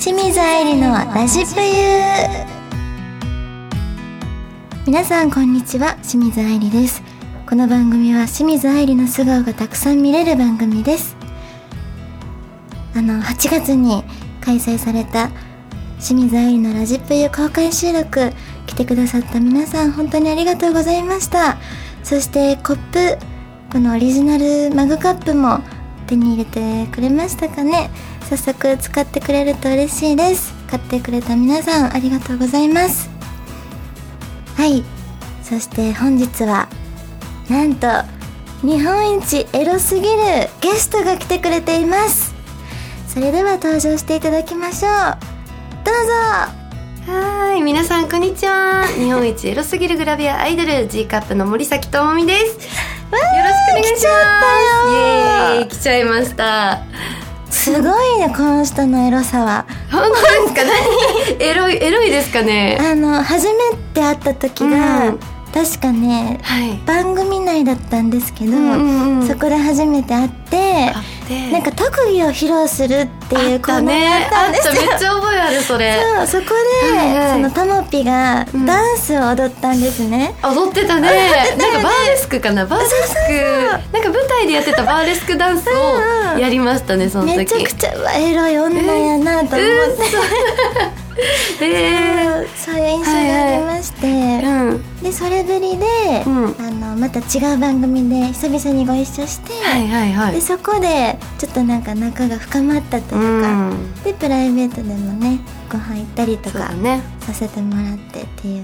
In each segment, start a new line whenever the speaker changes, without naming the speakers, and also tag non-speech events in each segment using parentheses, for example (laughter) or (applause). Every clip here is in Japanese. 清水愛理のラジプユー皆さんこんにちは清水愛理ですこの番組は清水愛理の素顔がたくさん見れる番組ですあの8月に開催された清水愛理のラジプユ公開収録来てくださった皆さん本当にありがとうございましたそしてコップこのオリジナルマグカップも手に入れてくれましたかね早速使ってくれると嬉しいです買ってくれた皆さんありがとうございますはいそして本日はなんと日本一エロすぎるゲストが来てくれていますそれでは登場していただきましょうどう
はーい、皆さんこんにちは。日本一エロすぎるグラビアアイドル G カップの森崎智美です。よろしくお願いします。イエーイ、来ちゃいました。
ぞすごいねこの人のエロさは
本当ですか？何？ (laughs) エロいエロいですかね？
あの初めて会った時が、
うん
確かね
はい。
番組内だったんですけど、
うんうんうん
そこで初めて会って
あで
なんか特技を披露するって
あ
い
っ
うコー
た
ナーがあ
ね
っ。た
あ
ん
っ
です
た
よ、
めっちゃ覚えあるそれ。
そうそこで、
はいはい
そのたもぴが
うん
ダンスを踊ったんですね、
踊ってたね
踊ってたよね
なんかバーレスクかなバーレスクなんか舞台でやってたバーレスクダンス
うんう
を
ん
やりましたねその時
めちゃくちゃうわエロい女やなと思って、 (laughs)
ゃえー
そういう印象がありまして、
うん
でそれぶりで、
うん
あのまた違う番組で久々にご一緒して、
はいはいはい
でそこでちょっとなんか仲が深まったというか、
うん
でプライベートでもねご飯行ったりと
そう
か
だね
させてもらってっていう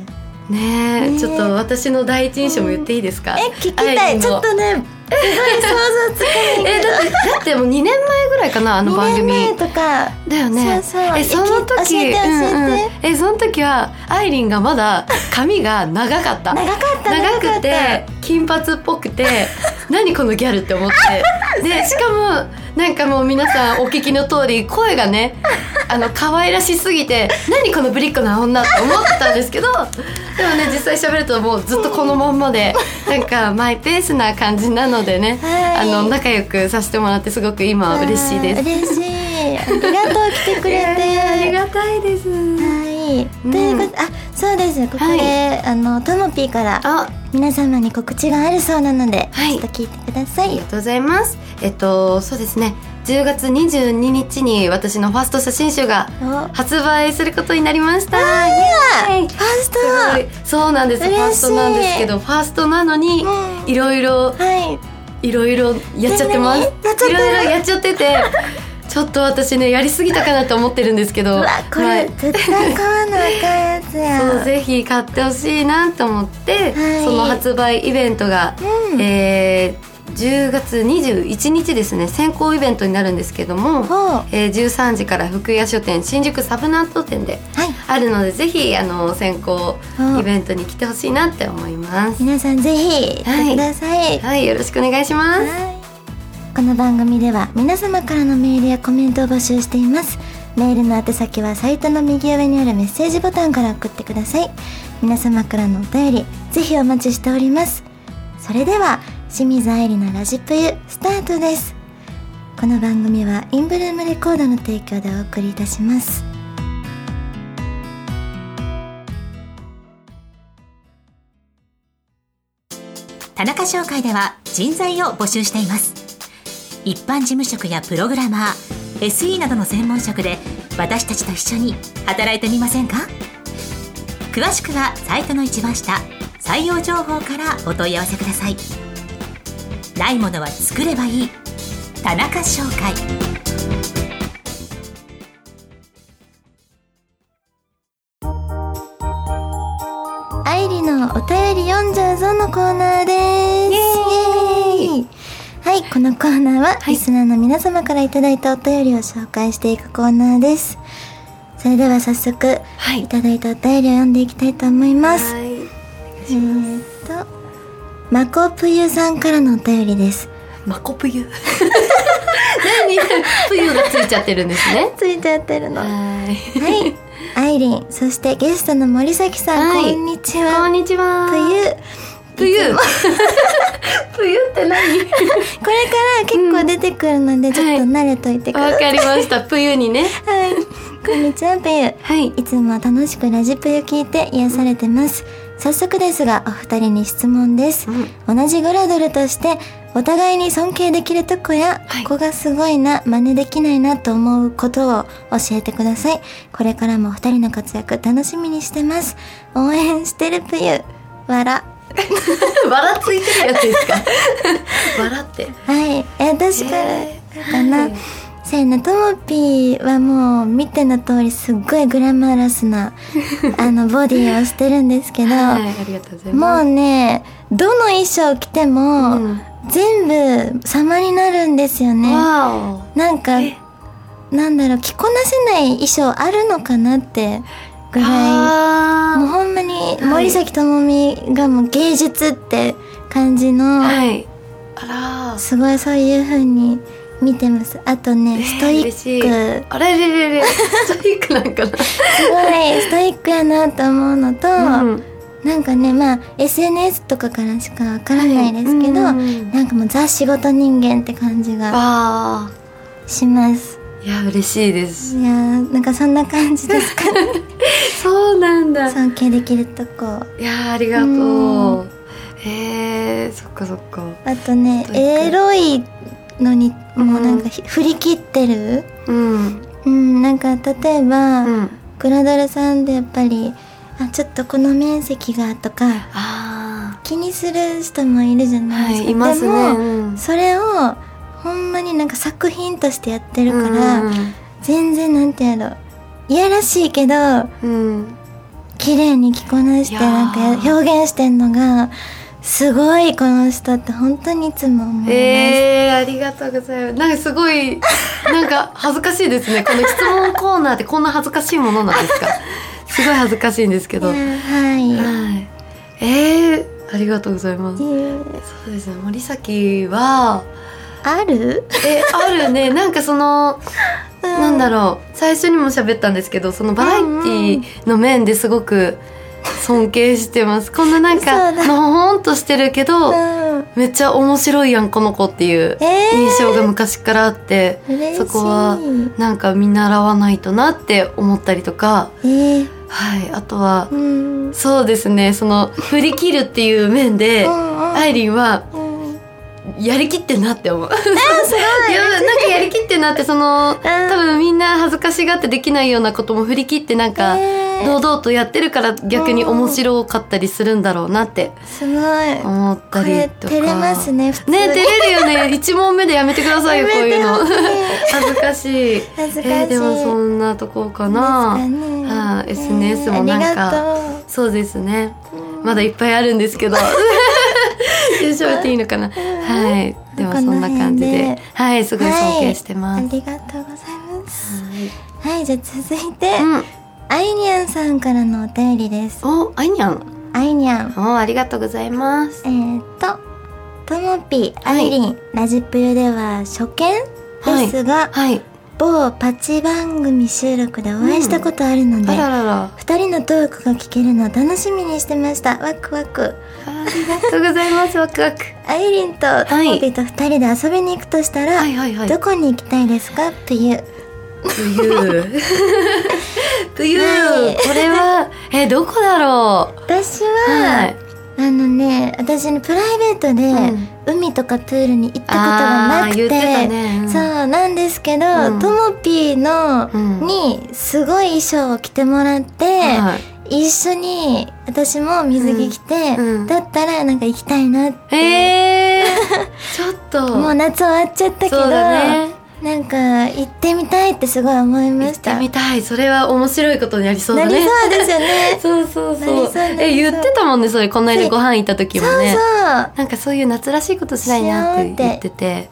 ねえ、
ねえ
ちょっと私の第一印象も言っていいですか、
え聞き
ア
た
イリ
い
ン
ちょ
の
っとねすごい想像つかない
えだってだってもう2年前ぐらいか (laughs) なあの番
2年
組
前とか
だよね
そうそう
えその時
教えて教えて
うんうんえその時はアイリンがまだ髪が長かった
長かった
長
かっ
く
た
て金髪っぽく
(laughs)
て何このギャルって思ってでしかもなんかもう皆さんお聞きの通り声
(laughs)
がねあの可愛らしすぎて何このぶりっ子な女って思ってたんですけどでもね実際喋るともうずっとこのまん
(laughs)
までなんかマイペースな感じなのでね、
はい
あの仲良くさせてもらってすごく今は嬉しいです。
嬉しいありがとう来てくれて
ありが (laughs) たいです。
はい、
うん
ということあそうですここで、
はい
あのともぴーから
あ
皆様に告知があるそうなので、
はい
ちょっと聞いてくださ
あり
い
がとうございます。えっと、そうですね。10月22日に私のファースト写真集が
お
発売することになりました。イエーイ
ファースト
すごいそうなんです。フ
嬉しい
ァーストなんですけど、ファーストなのに、
うん
いろいろ、
はい
いろいろやっちゃってます。い
何々やっちゃってる
ろいろやっちゃってて、ちょっと私ね、やりすぎたかなと思ってるんですけど、
うわこれ、
はい
絶対買わなあかんやつや
そうぜひ買ってほしいなと思って、
はい
その発売イベントが、
うん
えー10月21日ですね先行イベントになるんですけども、
ほう
えー13時から福屋書店新宿サブナット店で
はい
あるのでぜひあの先行イベントに来てほしいなって思います。
皆さんぜひ行ってください、
はいよろしくお願いします。
はいこの番組では皆様からのメールやコメントを募集していますメールの宛先はサイトの右上にあるメッセージボタンから送ってください皆様からのお便りぜひお待ちしておりますそれでは清水愛理のラジプユスタートですこの番組はインブルームレコードの提供でお送りいたします
田中商会では人材を募集しています一般事務職やプログラマー SE などの専門職で私たちと一緒に働いてみませんか詳しくはサイトの一番下採用情報からお問い合わせくださいないものは作ればいい田中商会
愛理のお便り読んじゃうぞのコーナーです。イエーイはい、このコーナーは、リスナーの皆様からいただいたお便りを紹介していくコーナーです。それでは早速、
はい
いただいたお便りを読んでいきたいと思います。えーっと、マコプユさんからのお便りです。
マコプユ。何プユがついちゃってるんですね。
ついちゃってるの。は
はい。
い。アイリン、そしてゲストの森崎さん、
はい
こんにち
こ
は。
んにちは。
プユ。
プユ。 (laughs) プユっ
(laughs)
て何？
これから結構出てくるので、ちょっと慣れといてください。
わかりました。プユにね。
はい。こんにちは、ペユ。
はい
いつも楽しくラジプユ聞いて癒されてます。早速ですが、お二人に質問です。同じグラドルとして、お互いに尊敬できるとこや、
はい
ここがすごいな、真似できないなと思うことを教えてください。これからもお二人の活躍楽しみにしてます。応援してるぷゆ。わら。
(laughs) 笑ついてるやつですか (laughs) 笑って
はい。え、私から
え
かな。せやな、ともぴーはもう見ての通りすっごいグラマラスな、あの、ボディをしてるんですけど、
(laughs) はいありがとうござい
も
ま
う
す
ね、どの衣装着ても、
うん
全部様になるんですよね。
わ
なんか
え、
なんだろう、着こなせない衣装あるのかなってぐ
お
らい、もう
あ
ほんまに
い
森崎智美がもう芸術って感じ
ー
の、
はいあら
すごいそういう風に見てます。あとね、
えー
ストイ
嬉しい
ック。
あれれれれ (laughs) ストイックなんか
すご
(laughs)
いストイックやなと思うのと、
なうん
なんかね、まあ SNS とかからしかわからないですけど、
はいうん
なんかもうザ仕事人間って感じが
あ
します。
ーいや嬉しいです
いやー、なんかそんな感じです
(laughs)
かね。
そうなんだ
尊敬できるとこ。
いやーありがとうへえー、そっかそっか
あとね
ス、トイック
エロいのに、もうなん
うん
かひ振り切ってる。
うん
うん、なんか例えば、
うん
グラドルさんでやっぱり、あ、ちょっとこの面積がとか、
あ
気にする人もいるじゃ
あ
ない
は
ですか、
いいますね
でも、
うん
それをほんまになんか作品としてやってるから、
うんうん
全然なんてやろういやらしいけど
うん、うん
綺麗に着こなして
いやー
なんか表現してんのがすごいこの人って本当にいつも思います、
えー、ありがとうございます。なんかすごい、なんか恥ずかしいですね。この質問コーナーってこんな恥ずかしいものなんですか。すごい恥ずかしいんですけ
いや
ど。はい。
ーはい、
えー、ありがとうございます。
えー
そうですね。森崎は、
ある、
え、あるね。なんかその、
う
なんだ
ろ
ろう。最初にも喋ったんですけど、そのバラエティの面ですごく尊敬してます。こんななんか、
そうだ
のほほんとしてるけど、
ん、
めっちゃ面白いやん、この子っていう
えー、
印象が昔からあって。
嬉しい
そこはなんか見習わないとなって思ったりとか、
えー、
はい、あとは、
うん
そうですね、その、振り切るっていう面で、アイリンは、
うんうん
やりきってんなって思う。いや、 (laughs) なんかやりきってんなって、その、多分みんな恥ずかしがってできないようなことも振り切ってなんか、
えー
堂々とやってるから逆に面白かったりするんだろうなって
すごい
思った
こ
り
れ
とか。
照れますね普通に
ね。照れるよね。一問目でやめてくださいよ、こういうの
やめてほしい。
恥ずかしい。
恥ずかしい
えーでもそんなとこかな。
ですか
は
ね
い SNS もなんか
ありがと
そうですね。
う
まだいっぱいあるんで
(laughs)
すけど。優勝っていいのかな。はい。では
こ
そ
の辺で
んな感じで、はい、すごい尊敬して
あ
ます。
りがとうございます
はい
はいじゃあ続いて、
うん。
アイニャンさんからのお便りです
お、あいにゃん。
アイニャン
お、ありがとうございます。
えー、っとともぴ
は
ア
い
イリン、ラジプユでは初見ですが、
はい。
某パチ番組収録でお会いしたことあるので、
あららら。
二人のトークが聞けるのを楽しみにしてましたワクワク
ありがとうございます。ワ
(laughs)
クワク。
アイリンとトモピと二人で遊びに行くとしたら、
はいはいはい。
どこに行きたいですかっていう
と
(laughs)
いう。と
は
いう。
い
これは、え、どこだろ
(laughs)
う。
私
は
は、
い。
あのね私ねプライベートで、海とかプールに行ったことがなくて
あー言ってたねうん
そうなんですけど、
うん
トモピーの、
うん
にすごい衣装を着てもらって、
はい
一緒に私も水着着て、
うんうん
だったらなんか行きたいなって、
ええちょっと。
もう夏終わっちゃったけど、
そうだね。
なんか行ってみたいってすごい思いま
行
し
って
た。
みたい。それは面白いことになりそうだ
なり
ね。
そうですよね。
そうそう
なり
そう
そうなりそう
え、言ってたもんね、それ。この間ご飯行った時もね。
そう
なんかそういう夏らしいことしないなって言ってて。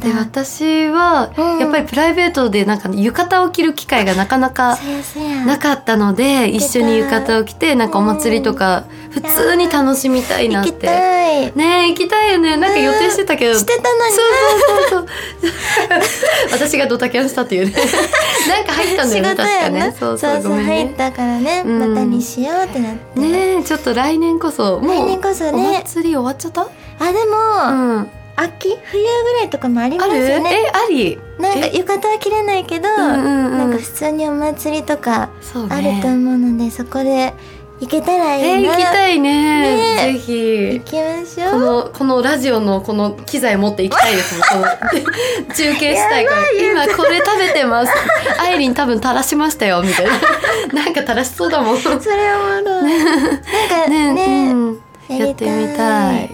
で、私は
うん、
やっぱりプライベートでなんか浴衣を着る機会がなかなか
そう。せやせや。
なかったので、一緒に浴衣を着て、なんかお祭りとか、普通に楽しみたいな
行
っ
き
て。
たい。
ねえ、行きたいよね。なんか予定してたけど。
してたのに
そうそうそうそう。私がドタキャンしたって (laughs) いうね。なんか入ったんだよね、
仕事
確か
やな。
ね。そうそう、ごめん
入っ
ね。
たからね、
うん
またにしようってなって。
ねえ、ちょっと来年こそ、もう、
来年こそね
お祭り終わっちゃった
あ、でも、
うん。
秋冬ぐらいとかもありますよね
えあり
なんか浴衣は着れないけど、
うんうんうん
なんか普通にお祭りとか
そうね
あると思うのでそこで行けたら
え
いい
行
な、
きたいね
ね
ぜひ
行きまし
こ
ょう
のこのラジオのこの機材持って行きたいですもん (laughs) この中継したいから今これ食べてますアイリン多分垂らしましたよみたいななんか垂らしそうだもん
それはもうなんかね
ねうん、
や
や
り
ったて
い
みたい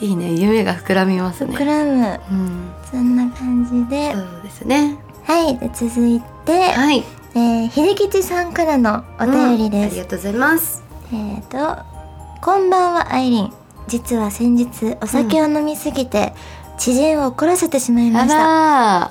いいね夢が膨らみます
ク
ね
ラム
うん
そんな感じで
そうですね
はいで続いて、
はい
えー秀吉さんからのお便りです
うんありがとうございます
えーと「こんばんはアイリン実は先日お酒を飲みすぎて、知人を怒らせてしまいました」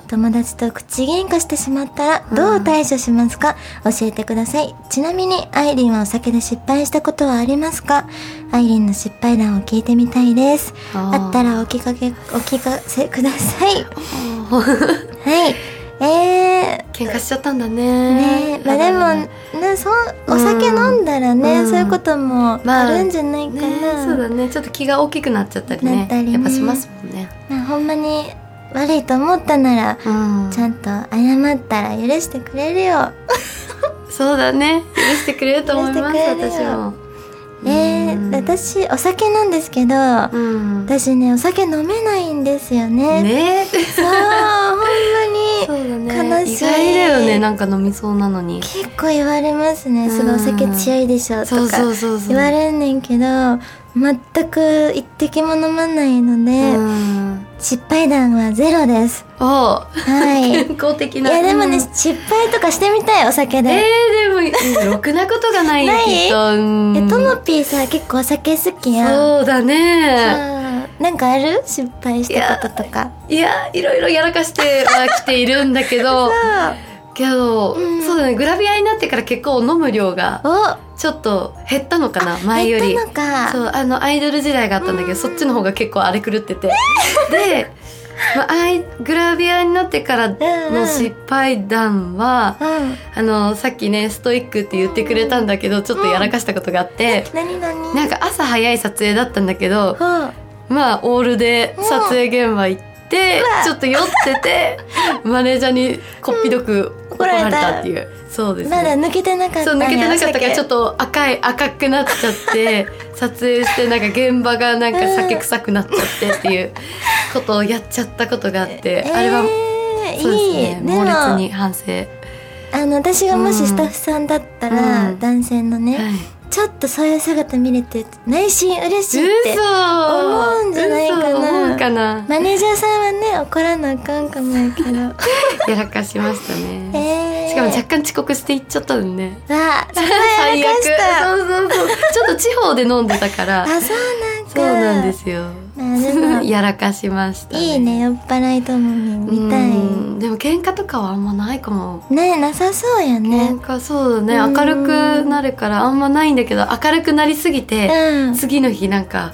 あ
友達と口喧嘩してしまったらどう対処しますか、教えてくださいちなみにアイリンはお酒で失敗したことはありますかアイリンの失敗談を聞いてみたいです
あー
あったらお聞かけお聞かせくださ
(laughs)
いはいえー、
ら喧嘩しちゃったんだね
ねまあでもねそうお酒飲んだらね、
うん
そういうことも
まあ
あるんじゃないかな、
ねそうだねちょっと気が大きくなっちゃったり
な
ね
ったりね
やっぱしますもんね、
まあほんまに悪いと思ったなら
うん
ちゃんと謝ったら許してくれるよ、
そうだね許してくれると思います
許してくれるよ
私も
えー、私お酒なんですけど、
うんね
私ねお酒飲めないんですよね
ね
そうほんまに
そうだね
悲しい
意外だよねなんか飲みそうなのに
結構言われますねすごいお酒強いでしょと
そうそ
か
うそうそう
言われんねんけど全く一滴も飲まないので、
うん
失敗談はゼロです
おう
は
(laughs)
い
健康的
い
な
や
い
でもね失敗とかしてみたいお酒
え
で、
ー、でもろくなことがないよ
ない
きっとうん
えともぴーさ結構お酒好きやん
そうだね
うんなんかある失敗したこととか
いやいろいろやらかしてはきているんだ
(laughs)
けどけど、
うん
そうだねグラビアになってから結構飲む量が
お
ちょっと減ったのかな前より
やったのか
そうあのアイドル時代があったんだけどそっちの方が結構荒れ狂っ
(laughs)
ててで、まあアイグラビアになってからの失敗談は、
うん
あのさっきねストイックって言ってくれたんだけどちょっとやらかしたことがあって、
何何
なんか朝早い撮影だったんだけど
ほう
まあオールで撮影現場行ってちょっと酔っててマネージャーにこっぴどく怒られたっていう、そうですね
まだ抜けてなかった
そう
ね
抜けてなかったからちょっ
と
と赤い赤くなっちゃって撮影してなんか現場がなんか酒臭くなっちゃってっていうことをやっちゃったことがあって、あれはそうです
いい
ね
で
猛
も
烈に反省はい
あの私がもしスタッフさんだったら、
うん
男性のね、ちょっとそういう姿見れて内心嬉し
嘘
いって思うんじゃないかな
嘘思うかな
マネージャーさんはね怒らなあかんかもやけ
(laughs)
ど
やらかしましたね、
(laughs) えー、
しかも若干遅刻していっちゃったんでね
わあそこはやらかし
(laughs)
た
そうそうそうちょっと地方で飲んでたから
あそうなんか
そうなんですよ
まあでも
(laughs) やらかしました、
いいね酔っ払いともみ見たい
うんでも喧嘩とかはあんまないかも
ねなさそうや
な
ね
んかそうだ
う
ね
ん
明るくなるからあんまないんだけど明るくなりすぎ
う
て、
ん
次の日なんか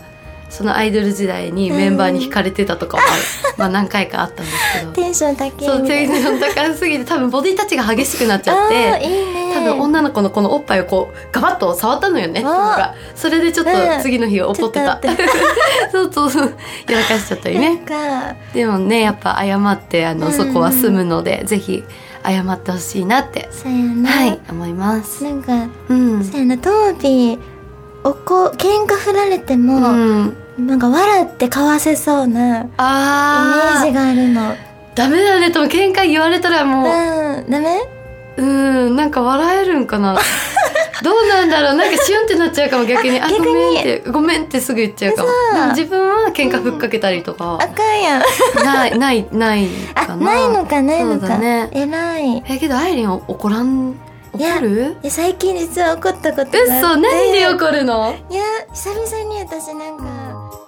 そのアイドル時代にメンバーに惹かれてたとかもある、
(laughs)
まあ何回かあったんですけど
テンション高いみ
そう
た
テ
い
ン
な
ション高すぎて多分ボディタッチが激しくなっちゃっ
あー
て
いいね
多分女の子のこのおっぱいをこうガバッと触ったのよね
お
がそれでちょっ
うん
と次の日怒ってた、
ちょっと
そう (laughs) そうそうやらかしちゃったり
な
ね
んか
でもねやっぱ謝ってあ
う
の
ん
そこは済むので、ぜひ謝ってほしいなって、
そうやな、
はい思います。
なんか
うん、
そうやなともぴーおこ喧嘩振られても、
うん、
なんか笑ってかわせそうなイメ
あ
ージ
ー
があるの
ダメだねとも喧嘩言われたらも
うんダメ
ううんなんか笑えるん
(laughs)
かなどうなんだろうなんかシュンってなっちゃうかも逆に「あ
逆に
ごめん」って「ごめん」ってすぐ言っちゃうかも
嘘
でも自分は喧嘩ふっかけたりとか
あかんやん
ないないない
あ
かな
ないのかないの
そう
か、
だね
偉い
えけどアイリン怒らん
いや
怒る
で最近実は怒ったことがあって
嘘何で怒るの
いや久々に私なんか